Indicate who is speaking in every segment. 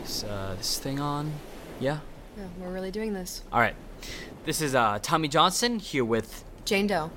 Speaker 1: this uh, this thing on. Yeah.
Speaker 2: Yeah, we're really doing this.
Speaker 1: All right. This is uh, Tommy Johnson here with.
Speaker 2: Jane Doe.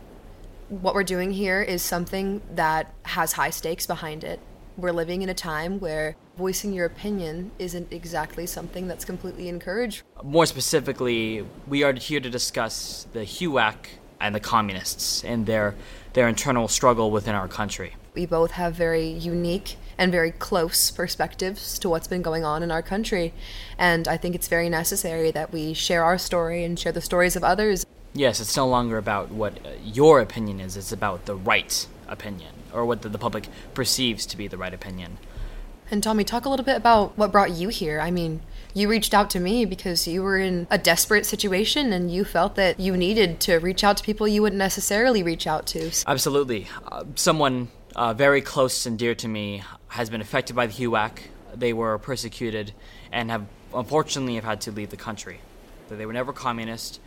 Speaker 2: What we're doing here is something that has high stakes behind it. We're living in a time where voicing your opinion isn't exactly something that's completely encouraged.
Speaker 1: More specifically, we are here to discuss the HUAC and the communists and their their internal struggle within our country.
Speaker 2: We both have very unique and very close perspectives to what's been going on in our country. And I think it's very necessary that we share our story and share the stories of others.
Speaker 1: Yes, it's no longer about what uh, your opinion is, it's about the right opinion or what the, the public perceives to be the right opinion.
Speaker 2: And Tommy, talk a little bit about what brought you here. I mean, you reached out to me because you were in a desperate situation and you felt that you needed to reach out to people you wouldn't necessarily reach out to. So
Speaker 1: Absolutely. Uh, someone uh, very close and dear to me has been affected by the HUAC. They were persecuted and have unfortunately have had to leave the country. That They were never communist.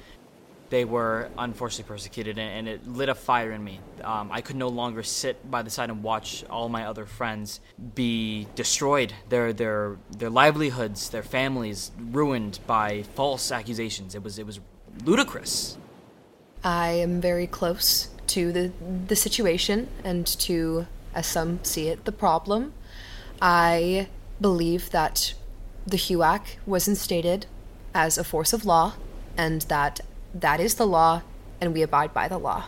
Speaker 1: They were unfortunately persecuted, and and it lit a fire in me. Um, I could no longer sit by the side and watch all my other friends be destroyed, their their their livelihoods, their families ruined by false accusations. It was it was ludicrous.
Speaker 2: I am very close to the the situation and to, as some see it, the problem. I believe that the HUAC was instated as a force of law, and that that is the law, and we abide by the law.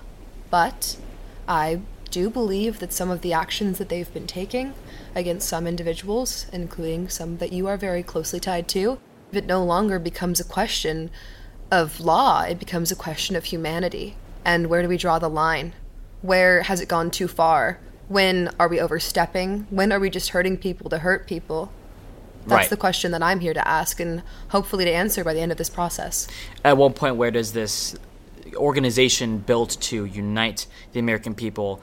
Speaker 2: But I do believe that some of the actions that they've been taking against some individuals, including some that you are very closely tied to, it no longer becomes a question of law, it becomes a question of humanity. And where do we draw the line? Where has it gone too far? When are we overstepping? When are we just hurting people to hurt people? That's
Speaker 1: Right.
Speaker 2: the question that I'm here to ask and hopefully to answer by the end of this process.
Speaker 1: at one point where does this organization built to unite the american people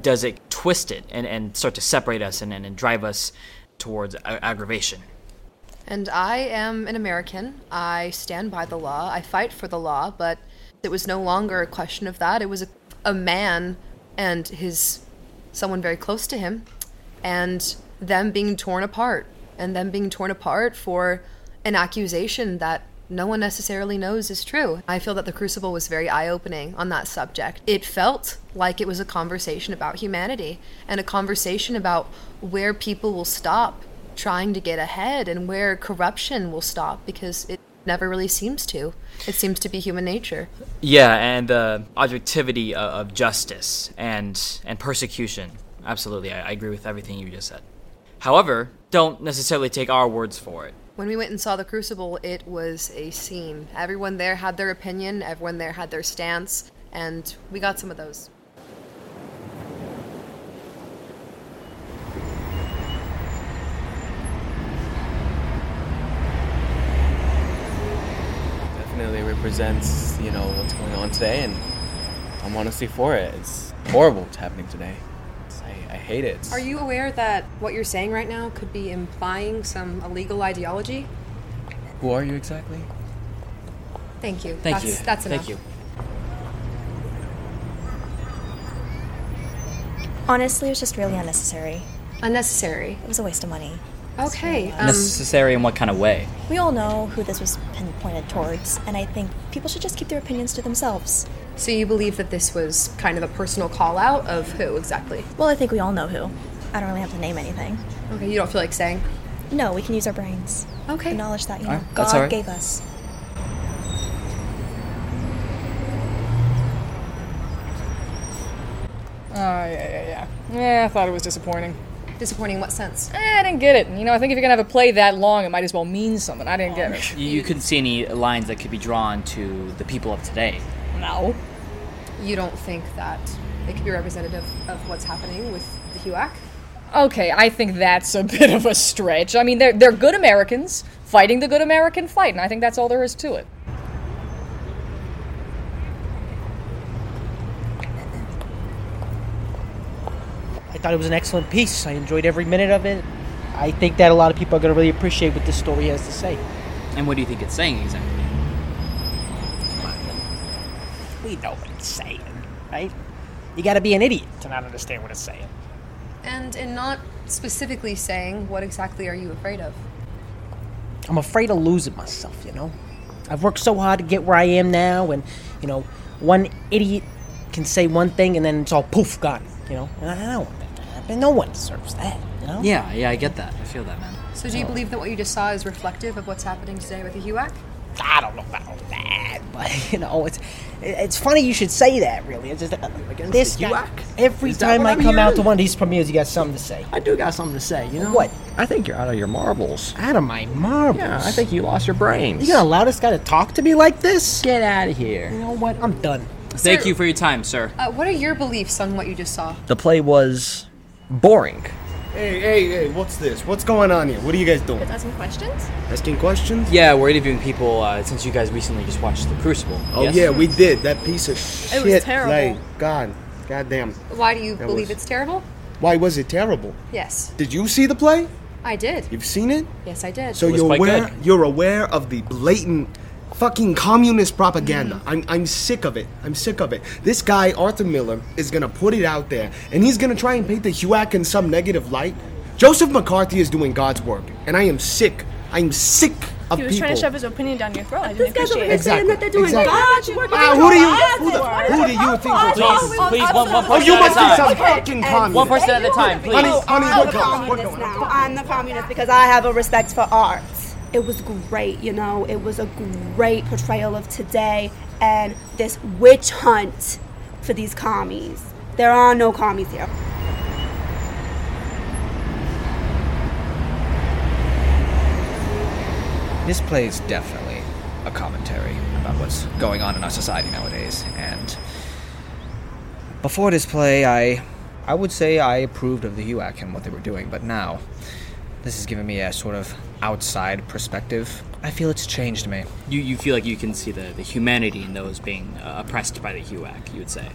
Speaker 1: does it twist it and, and start to separate us and, and, and drive us towards a- aggravation
Speaker 2: And I am an American. I stand by the law. I fight for the law, but it was no longer a question of that. It was a, a man and his someone very close to him and them being torn apart and them being torn apart for an accusation that no one necessarily knows is true. I feel that the Crucible was very eye opening on that subject. It felt like it was a conversation about humanity and a conversation about where people will stop trying to get ahead and where corruption will stop because it never really seems to. It seems to be human nature.
Speaker 1: yeah and the objectivity of, of justice and and persecution absolutely I, I agree with everything you just said however don't necessarily take our words for it
Speaker 2: When we went and saw the Crucible, it was a scene. Everyone there had their opinion, everyone there had their stance, and we got some of those.
Speaker 3: definitely represents you know what's going on today and i'm honestly for it it's horrible what's happening today It's- I, I hate it
Speaker 2: Are you aware that what you're saying right now could be implying some illegal ideology?
Speaker 3: who are you exactly
Speaker 2: Thank you.
Speaker 1: thank
Speaker 2: that's,
Speaker 1: you
Speaker 2: That's enough.
Speaker 1: thank you
Speaker 4: Honestly, it was just really unnecessary.
Speaker 2: Unnecessary.
Speaker 4: It was a waste of money.
Speaker 2: Okay.
Speaker 4: So, uh,
Speaker 2: Um,
Speaker 1: necessary in what kind of way
Speaker 4: We all know who this was pinpointed towards, and I think people should just keep their opinions to themselves.
Speaker 2: so you believe that this was kind of a personal call out of who exactly?
Speaker 4: Well, I think we all know who. I don't really have to name anything.
Speaker 2: Okay, you don't feel like saying.
Speaker 4: No, we can use our brains.
Speaker 2: Okay.
Speaker 4: The knowledge that, you know,
Speaker 3: Alright, that's
Speaker 4: God
Speaker 3: alright.
Speaker 4: gave us.
Speaker 5: Oh, yeah, yeah, yeah. Yeah, I thought it was disappointing.
Speaker 2: Disappointing in what sense?
Speaker 5: Eh, I didn't get it. You know, I think if you're going to have a play that long, it might as well mean something. I didn't get it.
Speaker 1: you, you couldn't see any lines that could be drawn to the people of today
Speaker 5: No.
Speaker 2: You don't think that it could be representative of what's happening with the HUAC?
Speaker 5: Okay, I think that's a bit of a stretch. I mean, they're, they're good Americans fighting the good American fight, and I think that's all there is to it.
Speaker 6: I thought it was an excellent piece. I enjoyed every minute of it. I think that a lot of people are going to really appreciate what this story has to say.
Speaker 1: and what do you think it's saying exactly
Speaker 6: We know what it's saying, right? You got to be an idiot to not understand what it's saying.
Speaker 2: And in not specifically saying, what exactly are you afraid of?
Speaker 6: I'm afraid of losing myself, you know? I've worked so hard to get where I am now, and, you know, one idiot can say one thing and then it's all poof, gone, you know? And I don't want that to happen. No one deserves that, you know?
Speaker 1: Yeah, yeah, I get that. I feel that, man.
Speaker 2: So, do you believe that what you just saw is reflective of what's happening today with the HUAC?
Speaker 6: I don't know about all that, but you know, it's it's funny you should say that. Really, it's just uh, this
Speaker 7: the
Speaker 6: guy,
Speaker 7: UAC?
Speaker 6: every
Speaker 7: Is that
Speaker 6: time
Speaker 7: what
Speaker 6: I
Speaker 7: I'm
Speaker 6: come out
Speaker 7: hearing?
Speaker 6: to one of these premieres, you got something to say.
Speaker 7: I do got something to say, you know?
Speaker 6: What?
Speaker 7: I think you're out of your marbles.
Speaker 6: Out of my marbles!
Speaker 7: Yeah, I think you lost your brains.
Speaker 6: you gonna allow this guy to talk to me like this?
Speaker 7: get out of here.
Speaker 6: You know what? I'm done.
Speaker 1: Thank you for your time, sir.
Speaker 2: Uh, what are your beliefs on what you just saw?
Speaker 7: The play was boring.
Speaker 8: Hey, hey, hey, what's this? What's going on here? What are you guys doing?
Speaker 4: Asking questions?
Speaker 8: Asking questions?
Speaker 1: Yeah, we're interviewing people uh, since you guys recently just watched The Crucible.
Speaker 8: Oh,
Speaker 1: yes?
Speaker 8: yeah, we did. That piece of shit.
Speaker 4: was terrible.
Speaker 8: Like, God, goddamn.
Speaker 2: Why do you
Speaker 8: That
Speaker 2: believe
Speaker 8: was-
Speaker 2: it's terrible?
Speaker 8: Why was it terrible?
Speaker 2: Yes,
Speaker 8: Did you see the play?
Speaker 2: I did.
Speaker 8: You've seen it?
Speaker 2: Yes, I did.
Speaker 8: So
Speaker 1: was
Speaker 8: you're
Speaker 1: quite
Speaker 8: aware,
Speaker 1: good.
Speaker 8: you're aware of the blatant fucking communist propaganda. I'm, I'm sick of it. I'm sick of it. This guy, Arthur Miller, is gonna put it out there and he's gonna try and paint the HUAC in some negative light. Joseph McCarthy is doing God's work, and I am sick. I'm sick of
Speaker 9: He was
Speaker 8: people.
Speaker 9: trying to shove his opinion down your throat. I didn't
Speaker 7: guys
Speaker 9: appreciate
Speaker 7: over here
Speaker 9: it.
Speaker 8: Exactly.
Speaker 7: that they're doing
Speaker 8: exactly.
Speaker 7: God's work.
Speaker 8: Ah, who do you, who the, who do you think you're talking
Speaker 1: Please, please, one, one
Speaker 8: Oh,
Speaker 1: person
Speaker 8: you
Speaker 1: at
Speaker 8: must be
Speaker 1: a time.
Speaker 8: some fucking
Speaker 1: One
Speaker 8: communist.
Speaker 1: person at a time, please.
Speaker 8: Honey, honey,
Speaker 9: I'm
Speaker 8: we're
Speaker 9: the
Speaker 8: going. We're
Speaker 9: communist
Speaker 8: going.
Speaker 9: now.
Speaker 10: I'm the communist because I have a respect for art. It was great, you know, it was a great portrayal of today and this witch hunt for these commies. There are no commies here.
Speaker 7: This play is definitely a commentary about what's going on in our society nowadays. And before this play, I I would say I approved of the HUAC and what they were doing, but now this has given me a sort of outside perspective. I feel it's changed me.
Speaker 1: You, you feel like you can see the, the humanity in those being uh, oppressed by the HUAC, you would say.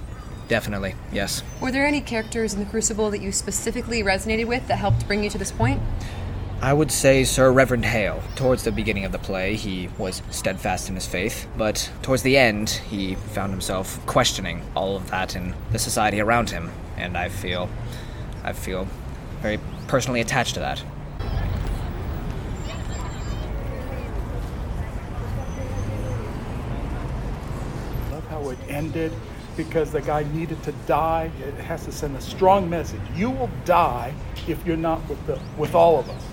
Speaker 7: Definitely, yes.
Speaker 2: Were there any characters in the Crucible that you specifically resonated with that helped bring you to this point?
Speaker 7: I would say Sir Reverend Hale. Towards the beginning of the play, he was steadfast in his faith, but towards the end, he found himself questioning all of that and the society around him, and I feel I feel very personally attached to that.
Speaker 11: love how it ended because the guy needed to die. It has to send a strong message. You will die if you're not with the with all of us.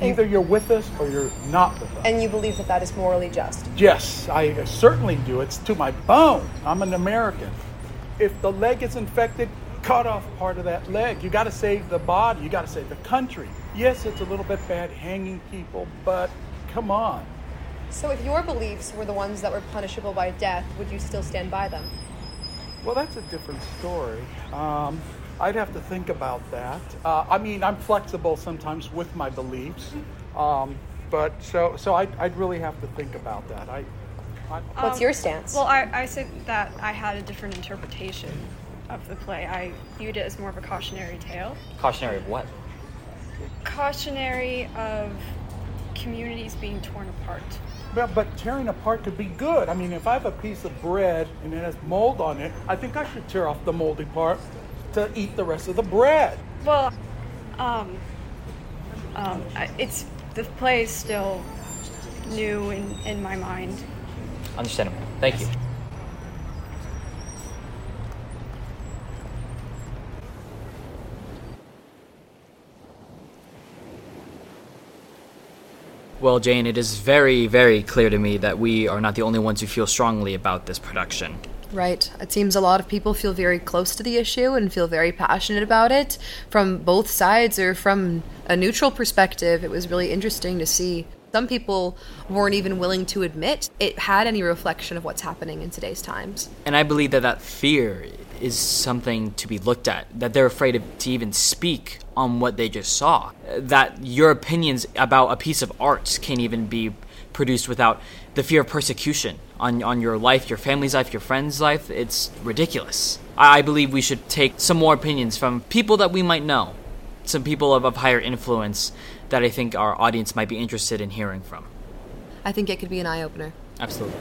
Speaker 11: Either you're with us or you're not with us.
Speaker 10: And you believe that that is morally just.
Speaker 11: Yes, I certainly do. It's to my bone. I'm an American. If the leg is infected, cut off part of that leg. You got to save the body. You got to save the country. Yes, it's a little bit bad hanging people, but come on.
Speaker 10: So if your beliefs were the ones that were punishable by death, would you still stand by them?
Speaker 11: Well, that's a different story. Um, I'd have to think about that. Uh, I mean, I'm flexible sometimes with my beliefs, um, but so so I'd, I'd really have to think about that. I, I
Speaker 10: What's your stance?
Speaker 9: Um, Well, I, I said that I had a different interpretation of the play. I viewed it as more of a cautionary tale.
Speaker 1: Cautionary of what?
Speaker 9: Cautionary of communities being torn apart.
Speaker 11: but, but tearing apart could be good. I mean, if I have a piece of bread and it has mold on it, I think I should tear off the moldy part to eat the rest of the bread.
Speaker 9: Well, um, um, I- it's the play is still new in, in my mind.
Speaker 1: Understandable. Thank you. Well, Jane, it is very, very clear to me that we are not the only ones who feel strongly about this production.
Speaker 2: Right. It seems a lot of people feel very close to the issue and feel very passionate about it from both sides or from a neutral perspective. It was really interesting to see. Some people weren't even willing to admit it had any reflection of what's happening in today's times.
Speaker 1: And I believe that that fear is something to be looked at, that they're afraid of, to even speak on what they just saw, uh, that your opinions about a piece of art can even be produced without the fear of persecution on, on your life, your family's life, your friend's life. It's ridiculous. I, I believe we should take some more opinions from people that we might know, some people of, of higher influence that I think our audience might be interested in hearing from.
Speaker 2: I think it could be an eye opener.
Speaker 1: Absolutely.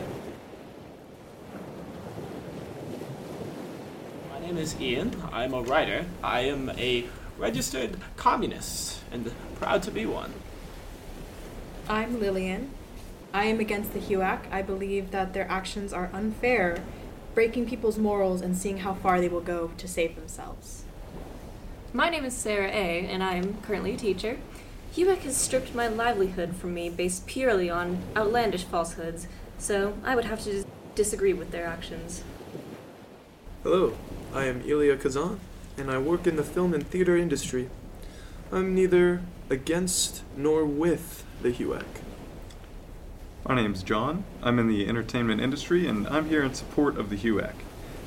Speaker 12: My name is Ian. I'm a writer. I am a registered communist and proud to be one.
Speaker 13: I'm Lillian. I am against the HUAC. I believe that their actions are unfair, breaking people's morals and seeing how far they will go to save themselves.
Speaker 14: My name is Sarah A., and I am currently a teacher. HUAC has stripped my livelihood from me based purely on outlandish falsehoods, so I would have to dis- disagree with their actions.
Speaker 15: Hello, I am Ilya Kazan, and I work in the film and theater industry. I'm neither against nor with the HUAC.
Speaker 16: My name's John. I'm in the entertainment industry and I'm here in support of the HUAC.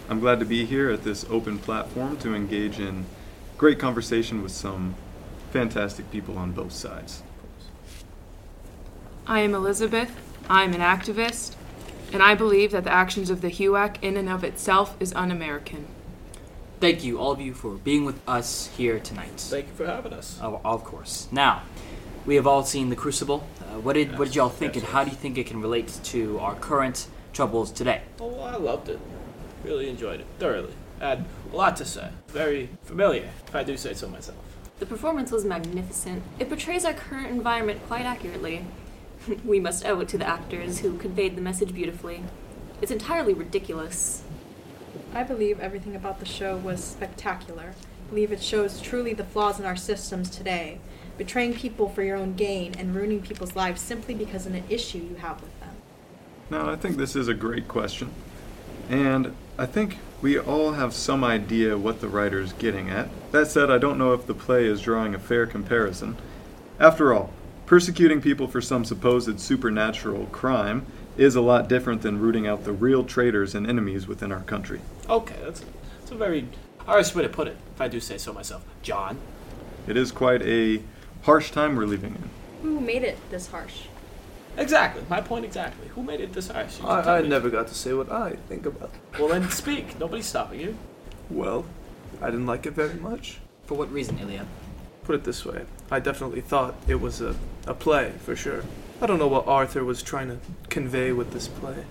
Speaker 16: I'm glad to be here at this open platform to engage in great conversation with some fantastic people on both sides.
Speaker 17: I am Elizabeth. I'm an activist, and I believe that the actions of the HUAC in and of itself is un American.
Speaker 1: Thank you, all of you, for being with us here tonight. Thank
Speaker 12: you for having us.
Speaker 1: Of, of course. Now, we have all seen The Crucible. Uh, what did what did y'all think, and how do you think it can relate to our current troubles today?
Speaker 12: Oh, I loved it. Really enjoyed it thoroughly. I had a lot to say. Very familiar, if I do say so myself.
Speaker 14: The performance was magnificent. It portrays our current environment quite accurately. we must owe it to the actors who conveyed the message beautifully. It's entirely ridiculous.
Speaker 13: I believe everything about the show was spectacular. I believe it shows truly the flaws in our systems today, betraying people for your own gain and ruining people's lives simply because of an issue you have with them.
Speaker 16: Now, I think this is a great question. And I think we all have some idea what the writer is getting at. That said, I don't know if the play is drawing a fair comparison. After all, persecuting people for some supposed supernatural crime is a lot different than rooting out the real traitors and enemies within our country.
Speaker 12: Okay, that's, that's a very harsh way to put it, if I do say so myself. John?
Speaker 16: It is quite a harsh time we're living in.
Speaker 13: Who made it this harsh?
Speaker 12: Exactly. My point exactly. Who made it this harsh? You can tell
Speaker 15: I, I
Speaker 12: me.
Speaker 15: never got to say what I think about it.
Speaker 12: Well, then speak. Nobody's stopping you.
Speaker 15: Well, I didn't like it very much.
Speaker 1: For what reason, Ilya?
Speaker 15: Put it this way I definitely thought it was a, a play, for sure. I don't know what Arthur was trying to convey with this play.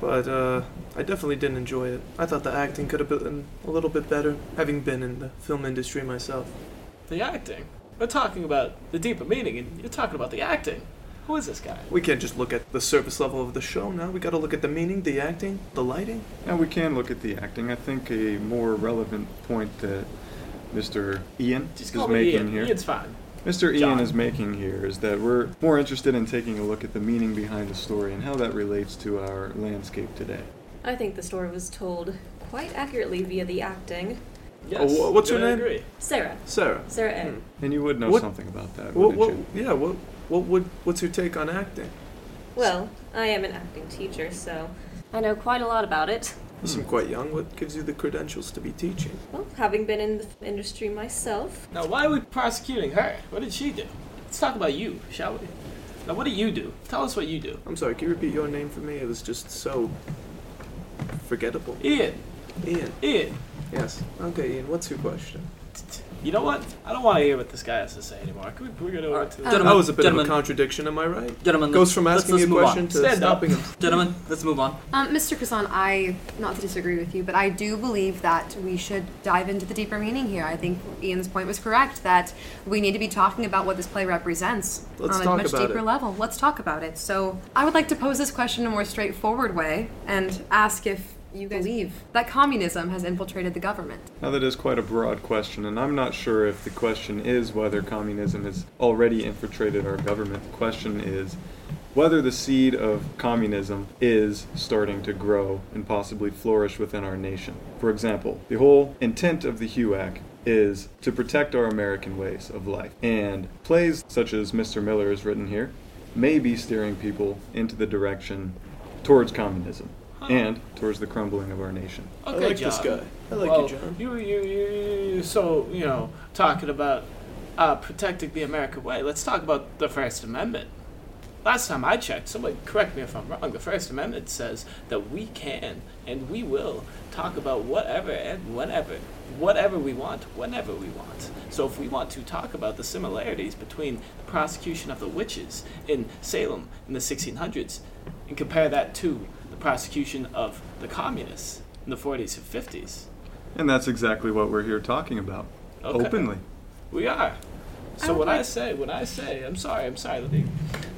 Speaker 15: But uh, I definitely didn't enjoy it. I thought the acting could have been a little bit better, having been in the film industry myself.
Speaker 12: The acting. We're talking about the deeper meaning, and you're talking about the acting. Who is this guy?
Speaker 15: We can't just look at the surface level of the show now. We gotta look at the meaning, the acting, the lighting.
Speaker 16: Now we can look at the acting. I think a more relevant point that Mr. Ian
Speaker 12: Just
Speaker 16: is
Speaker 12: call me
Speaker 16: making
Speaker 12: Ian.
Speaker 16: here.
Speaker 12: Ian's fine.
Speaker 16: Mr.
Speaker 12: John.
Speaker 16: Ian is making here is that we're more interested in taking a look at the meaning behind the story and how that relates to our landscape today.
Speaker 14: I think the story was told quite accurately via the acting.
Speaker 15: Yes, Oh, wh- what's her I name? agree.
Speaker 14: Sarah.
Speaker 15: Sarah. Hmm.
Speaker 14: Sarah A.
Speaker 16: And you would know
Speaker 15: What-
Speaker 16: something about that,
Speaker 15: What,
Speaker 16: wouldn't
Speaker 15: what,
Speaker 16: you?
Speaker 15: yeah, what, what would, what's your take on acting?
Speaker 14: Well, I am an acting teacher, so I know quite a lot about it.
Speaker 15: You seem quite young. What gives you the credentials to be teaching?
Speaker 14: Well, having been in the industry myself,
Speaker 12: Now, why are we prosecuting her? What did she do? Let's talk about you, shall we? Now, what do you do? Tell us what you do.
Speaker 15: I'm sorry, can you repeat your name for me? It was just so forgettable.
Speaker 12: Ian.
Speaker 15: Ian.
Speaker 12: Ian.
Speaker 15: Yes. Okay, Ian, what's your question?
Speaker 12: You know what? I don't want to hear what this guy has to say anymore. Can we, can we get over to Oh,
Speaker 15: That was a bit of a contradiction, am I right?
Speaker 1: Gentlemen,
Speaker 15: Goes from
Speaker 1: let's-
Speaker 15: asking you
Speaker 1: let's
Speaker 15: a
Speaker 1: move
Speaker 15: question
Speaker 1: on.
Speaker 15: to
Speaker 1: Stand
Speaker 15: stopping him.
Speaker 1: up. Gentlemen, let's move on.
Speaker 18: Um, Mr. Kazan, I, not to disagree with you, but I do believe that we should dive into the deeper meaning here. I think Ian's point was correct that we need to be talking about what this play represents
Speaker 15: Let's
Speaker 18: on a
Speaker 15: talk
Speaker 18: much
Speaker 15: about
Speaker 18: deeper
Speaker 15: it.
Speaker 18: level. Let's talk about it. So I would like to pose this question in a more straightforward way and ask if you guys believe that communism has infiltrated the government.
Speaker 16: Now, that is quite a broad question, and I'm not sure if the question is whether communism has already infiltrated our government. The question is whether the seed of communism is starting to grow and possibly flourish within our nation. For example, the whole intent of the HUAC is to protect our American ways of life, and plays such as Mr. Miller has written here may be steering people into the direction towards communism and towards the crumbling of our nation.
Speaker 12: Okay,
Speaker 15: like
Speaker 12: John.
Speaker 15: this guy. I like you,
Speaker 12: well,
Speaker 15: John.
Speaker 12: You, you, you, you, so, you know, talking about uh, protecting the American way, let's talk about the First Amendment. Last time I checked, somebody correct me if I'm wrong, the First Amendment says that we can and we will talk about whatever and whenever, whatever we want, whenever we want. So if we want to talk about the similarities between the prosecution of the witches in Salem in the 1600s and compare that to the prosecution of the communists in the 40s and 50s,
Speaker 16: And that's exactly what we're here talking about.
Speaker 12: Okay.
Speaker 16: Openly.
Speaker 12: we are. So when I say, when I say, I'm sorry, I'm sorry, let me,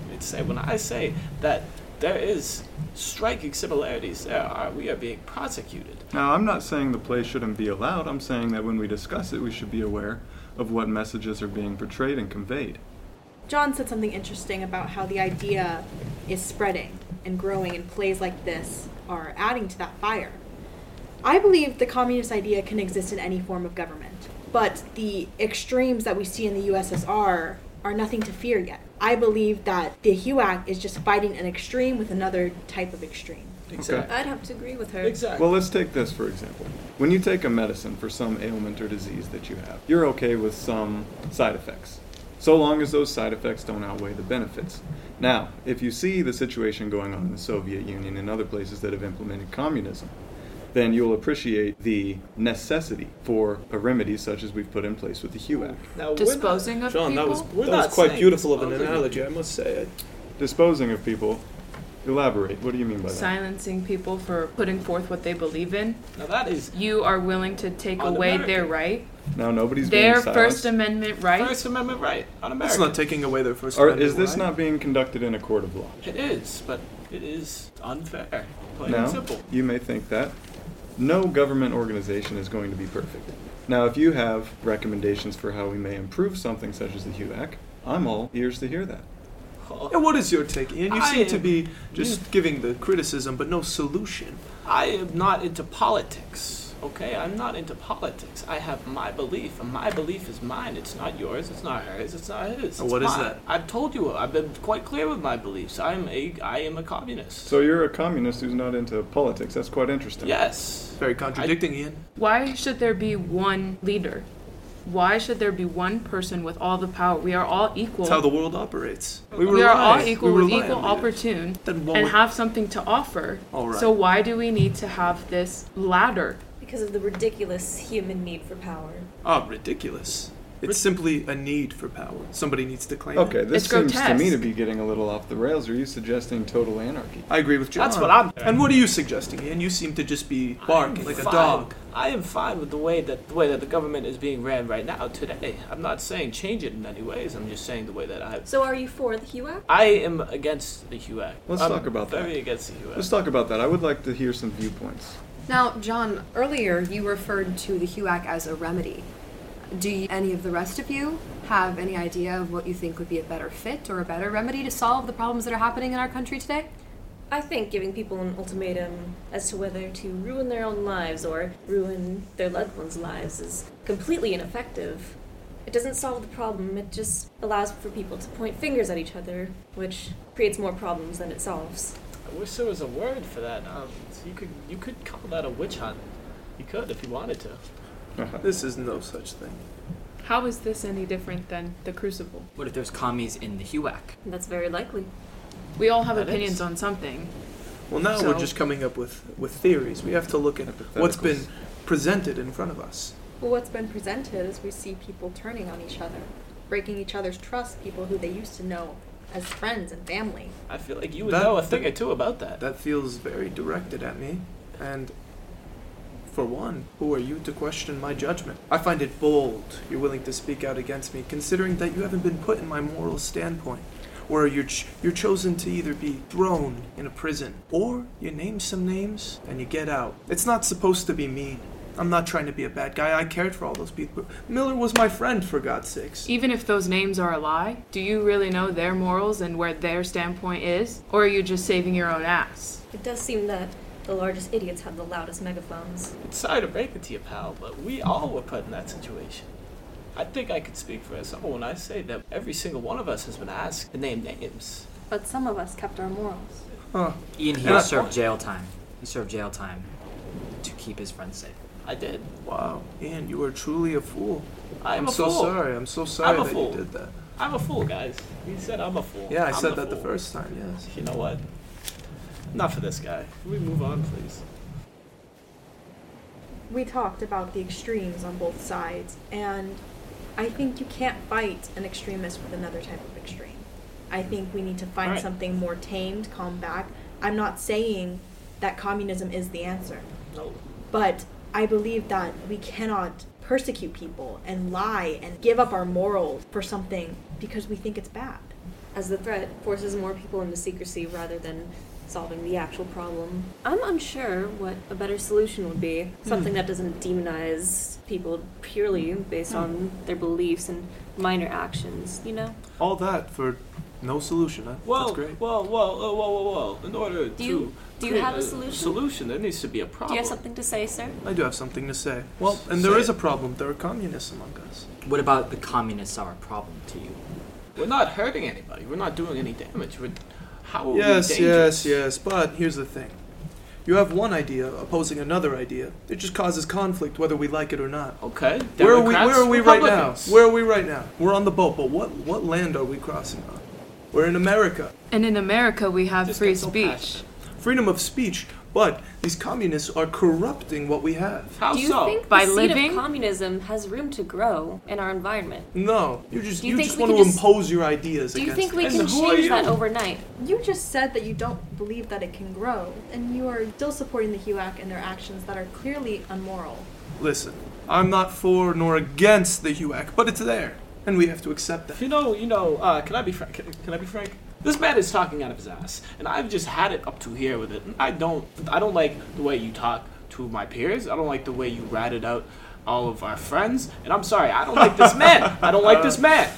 Speaker 12: let me say, when I say that there is striking similarities, there are, we are being prosecuted.
Speaker 16: Now, I'm not saying the play shouldn't be allowed. I'm saying that when we discuss it, we should be aware of what messages are being portrayed and conveyed.
Speaker 13: John said something interesting about how the idea is spreading and growing, and plays like this are adding to that fire. I believe the communist idea can exist in any form of government, but the extremes that we see in the USSR are nothing to fear yet. I believe that the HUAC is just fighting an extreme with another type of extreme.
Speaker 16: Exactly.
Speaker 14: I'd have to agree with her.
Speaker 16: Well, let's take this for example. When you take a medicine for some ailment or disease that you have, you're okay with some side effects, so long as those side effects don't outweigh the benefits. Now, if you see the situation going on in the Soviet Union and other places that have implemented communism, then you'll appreciate the necessity for a remedy such as we've put in place with the HUAC.
Speaker 12: Now, we're not-
Speaker 17: Disposing of
Speaker 12: John, that was-
Speaker 17: people?
Speaker 12: We're that was not quite saying beautiful of an disposing. analogy,
Speaker 16: I must say. Disposing of people. Elaborate. What do you mean by that?
Speaker 17: silencing people for putting forth what they believe in.
Speaker 12: Now that is
Speaker 17: you are willing to take away their
Speaker 12: un-American.
Speaker 17: right,
Speaker 16: Now nobody's
Speaker 17: their
Speaker 16: being silenced.
Speaker 17: First Amendment right.
Speaker 12: First Amendment right on
Speaker 16: That's
Speaker 12: America.
Speaker 16: not
Speaker 15: taking away their First
Speaker 16: Or
Speaker 15: Amendment
Speaker 16: is this
Speaker 15: right.
Speaker 16: not being conducted in a court of law?
Speaker 12: It is, but it is unfair. Plain
Speaker 16: now,
Speaker 12: and simple.
Speaker 16: you may think that no government organization is going to be perfect. Now, if you have recommendations for how we may improve something such as the HUAC, I'm all ears to hear that.
Speaker 15: And what is your take, Ian? You
Speaker 12: I
Speaker 15: seem to
Speaker 12: am-
Speaker 15: be just
Speaker 12: Yeah.
Speaker 15: giving the criticism, but no solution.
Speaker 12: I am not into politics. Okay, I'm not into politics. I have my belief, and my belief is mine. It's not yours. It's not hers. It's not his. It's
Speaker 15: And what is
Speaker 12: mine.
Speaker 15: that?
Speaker 12: I've told you. I've been quite clear with my beliefs. I'm a. I am a communist.
Speaker 16: So you're a communist who's not into politics. That's quite interesting.
Speaker 12: Yes.
Speaker 15: Very contradicting, Ian.
Speaker 17: Why should there be one leader? Why should there be one person with all the power? We are all equal.
Speaker 15: It's how the world operates.
Speaker 17: We,
Speaker 15: rely
Speaker 17: are all
Speaker 15: on-
Speaker 17: equal
Speaker 15: we
Speaker 17: with
Speaker 15: rely
Speaker 17: equal
Speaker 15: on leaders.
Speaker 17: opportune
Speaker 15: Then
Speaker 17: and
Speaker 15: what would-
Speaker 17: have something to offer.
Speaker 15: All right.
Speaker 17: So why do we need to have this ladder?
Speaker 14: Because of the ridiculous human need for power.
Speaker 15: Ah, ridiculous. It's simply a need for power. Somebody needs to claim it.
Speaker 16: Okay, this seems to me to be getting a little off the rails. Are you suggesting total anarchy?
Speaker 15: I agree with John.
Speaker 12: That's what I'm-
Speaker 15: And what are you suggesting, Ian? You seem to just be barking like a
Speaker 12: fine.
Speaker 15: dog.
Speaker 12: I am fine with the way that the way that the government is being ran right now today. I'm not saying change it in any ways. I'm just saying the way that I.
Speaker 14: So are you for the HUAC?
Speaker 12: I am against the HUAC.
Speaker 16: Let's
Speaker 12: I'm
Speaker 16: talk about that.
Speaker 12: Very against the HUAC.
Speaker 16: Let's talk about that. I would like to hear some viewpoints.
Speaker 18: Now, John, earlier you referred to the HUAC as a remedy. Do you, any of the rest of you have any idea of what you think would be a better fit or a better remedy to solve the problems that are happening in our country today?
Speaker 14: I think giving people an ultimatum as to whether to ruin their own lives or ruin their loved ones' lives is completely ineffective. It doesn't solve the problem, it just allows for people to point fingers at each other, which creates more problems than it solves.
Speaker 12: I wish there was a word for that. Um, so you could you could call that a witch hunt. You could if you wanted to.
Speaker 15: This is no such thing.
Speaker 17: How is this any different than the crucible?
Speaker 1: What if there's commies in the HUAC?
Speaker 14: That's very likely.
Speaker 17: We all have
Speaker 14: That
Speaker 17: opinions
Speaker 14: is.
Speaker 17: on something.
Speaker 15: Well, now
Speaker 17: So-
Speaker 15: we're just coming up with, with theories. We have to look at what's been presented in front of us.
Speaker 13: Well, what's been presented is we see people turning on each other, breaking each other's trust, people who they used to know as friends and family.
Speaker 12: I feel like you would know a thing or two about that.
Speaker 15: That feels very directed at me. And for one, who are you to question my judgment? I find it bold you're willing to speak out against me, considering that you haven't been put in my moral standpoint. Where you're, ch- you're chosen to either be thrown in a prison or you name some names and you get out. It's not supposed to be mean. I'm not trying to be a bad guy. I cared for all those people. Miller was my friend, for God's sakes.
Speaker 17: Even if those names are a lie, do you really know their morals and where their standpoint is? Or are you just saving your own ass?
Speaker 14: It does seem that the largest idiots have the loudest megaphones.
Speaker 12: Sorry to break it to you, pal, but we all were put in that situation. I think I could speak for us all when I say that every single one of us has been asked to name names.
Speaker 13: But some of us kept our morals.
Speaker 15: Huh.
Speaker 1: Ian
Speaker 15: And I-
Speaker 1: here served jail time. He served jail time to keep his friends safe.
Speaker 12: I did.
Speaker 15: Wow, Ian, you are truly a fool.
Speaker 12: I am
Speaker 15: I'm
Speaker 12: a
Speaker 15: so
Speaker 12: fool.
Speaker 15: sorry. I'm so sorry
Speaker 12: I'm a
Speaker 15: that
Speaker 12: fool.
Speaker 15: you did that.
Speaker 12: I'm a fool, guys. He said I'm a fool.
Speaker 15: Yeah, I
Speaker 12: I'm
Speaker 15: said that the
Speaker 12: fool.
Speaker 15: first time, yes.
Speaker 12: You know what? Not for this guy. Can we move on, please?
Speaker 13: we talked about the extremes on both sides, and I think you can't fight an extremist with another type of extreme. I think we need to find
Speaker 14: Right.
Speaker 13: something more tamed, calm back. I'm not saying that communism is the answer,
Speaker 12: No.
Speaker 13: but I believe that we cannot persecute people and lie and give up our morals for something because we think it's bad.
Speaker 14: As the threat forces more people into secrecy rather than solving the actual problem. I'm unsure what a better solution would be. Something
Speaker 13: Hmm.
Speaker 14: that doesn't demonize people purely based
Speaker 13: Hmm.
Speaker 14: on their beliefs and minor actions, you know?
Speaker 15: All that for no solution. Huh?
Speaker 12: Whoa,
Speaker 15: That's great.
Speaker 12: whoa, whoa, whoa, whoa, whoa, whoa! In order
Speaker 14: Do
Speaker 12: to
Speaker 14: you- do you
Speaker 12: create
Speaker 14: have a solution?
Speaker 12: uh, solution, there needs to be a problem.
Speaker 14: Do you have something to say, sir?
Speaker 15: I do have something to say. Well, and there
Speaker 12: Say
Speaker 15: is
Speaker 12: it.
Speaker 15: a problem. There are communists among us.
Speaker 1: What about the communists are a problem to you?
Speaker 12: We're not hurting anybody. We're not doing any damage. We're, how are
Speaker 15: Yes,
Speaker 12: we dangerous?
Speaker 15: yes, yes. But here's the thing. You have one idea opposing another idea. It just causes conflict whether we like it or not.
Speaker 12: Okay.
Speaker 15: Where are we where
Speaker 12: Democrats,
Speaker 15: are we right now?
Speaker 12: Republicans.
Speaker 15: Where are we right now? We're on the boat, but what what land are we crossing on? We're in America.
Speaker 17: And in America, we have free speech.
Speaker 15: Freedom of speech, but these communists are corrupting what we have.
Speaker 14: do you think
Speaker 17: By
Speaker 14: the seed
Speaker 17: living?
Speaker 14: of communism has room to grow in our environment?
Speaker 15: No, you just
Speaker 14: Do you
Speaker 15: you,
Speaker 14: think
Speaker 15: just
Speaker 14: we
Speaker 15: want to
Speaker 14: can just-
Speaker 15: impose your ideas
Speaker 14: Do you
Speaker 15: against
Speaker 14: think we
Speaker 15: us.
Speaker 14: can change that overnight?
Speaker 13: You just said that you don't believe that it can grow, and you are still supporting the HUAC and their actions that are clearly unmoral.
Speaker 15: Listen, I'm not for nor against the HUAC, but it's there, and we have to accept that.
Speaker 12: You know, you know. Uh, can I be frank? Can, can I be frank? This man is talking out of his ass, and I've just had it up to here with it. And I don't, I don't like the way you talk to my peers. I don't like the way you ratted out all of our friends. And I'm sorry, I don't like this man. I don't like this man.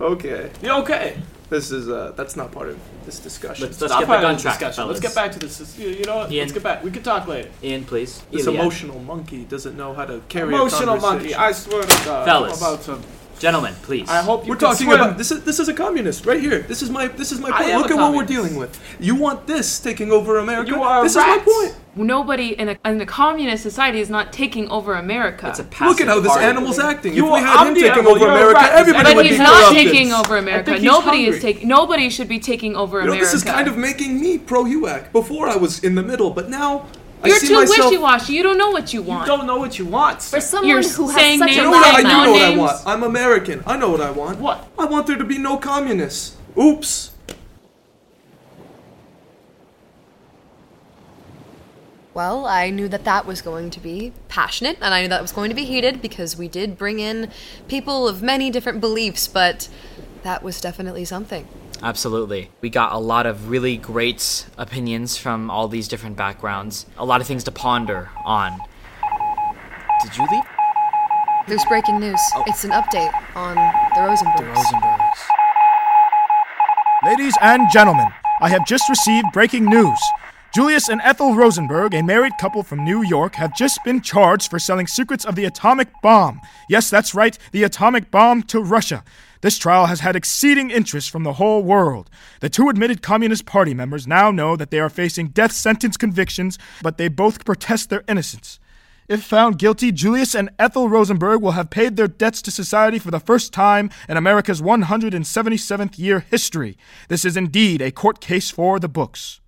Speaker 15: Okay.
Speaker 12: Yeah, okay.
Speaker 15: This is uh, that's not part of this discussion.
Speaker 12: It's not part of the discussion. Let's get back to this. This- You you know what? Let's get back. We can talk later.
Speaker 1: Ian, please.
Speaker 15: This
Speaker 1: Ian.
Speaker 15: emotional monkey doesn't know how to carry
Speaker 12: Emotional
Speaker 15: a conversation.
Speaker 12: monkey. I swear to God. I'm
Speaker 1: Fellas.
Speaker 12: about to-
Speaker 1: Gentlemen, please.
Speaker 15: I hope
Speaker 12: you
Speaker 15: we're
Speaker 12: can
Speaker 15: talking
Speaker 12: swim.
Speaker 15: about this is this is a communist right here. This is my this is my
Speaker 17: I
Speaker 15: point.
Speaker 17: am
Speaker 15: Look
Speaker 17: a
Speaker 15: at what we're dealing with. You want this taking over America?
Speaker 17: You are a
Speaker 15: this
Speaker 17: rat.
Speaker 15: is my point.
Speaker 17: Nobody in a, in a communist society is not taking over America. It's a
Speaker 15: Look at how this animal's acting.
Speaker 17: You
Speaker 15: if we
Speaker 17: are-
Speaker 15: had
Speaker 17: I'm
Speaker 15: him
Speaker 17: the
Speaker 15: taking
Speaker 17: animal.
Speaker 15: over
Speaker 17: You're a
Speaker 15: America,
Speaker 17: rat.
Speaker 15: everybody
Speaker 17: but
Speaker 15: would
Speaker 17: he's
Speaker 15: be
Speaker 17: not
Speaker 15: corrupted.
Speaker 17: taking over America.
Speaker 15: he's
Speaker 17: Nobody is
Speaker 15: hungry.
Speaker 17: taking. Nobody should be taking over
Speaker 15: You know,
Speaker 17: America.
Speaker 15: this is kind of making me pro HUAC. Before I was in the middle, but now I
Speaker 17: You're
Speaker 15: see
Speaker 17: too
Speaker 15: myself.
Speaker 17: wishy-washy. You don't know what you want.
Speaker 12: You don't know what you want. For
Speaker 17: someone You're who has saying such a
Speaker 15: you know
Speaker 17: loud
Speaker 15: what? I do
Speaker 17: mouth.
Speaker 15: know what I
Speaker 17: names.
Speaker 15: want. I'm American. I know what I want.
Speaker 12: What?
Speaker 15: I want there to be no communists. Oops.
Speaker 2: Well, I knew that that was going to be passionate, and I knew that was going to be heated because we did bring in people of many different beliefs, but that was definitely something.
Speaker 1: Absolutely. We got a lot of really great opinions from all these different backgrounds, a lot of things to ponder on. Did you leave?
Speaker 2: There's breaking news. It's an update on Oh. the Rosenbergs.
Speaker 19: Ladies and gentlemen, I have just received breaking news. Julius and Ethel Rosenberg, a married couple from New York, have just been charged for selling secrets of the atomic bomb. Yes, that's right, the atomic bomb to Russia. This trial has had exceeding interest from the whole world. The two admitted Communist Party members now know that they are facing death sentence convictions, but they both protest their innocence. If found guilty, Julius and Ethel Rosenberg will have paid their debts to society for the first time in America's 177th year history. This is indeed a court case for the books.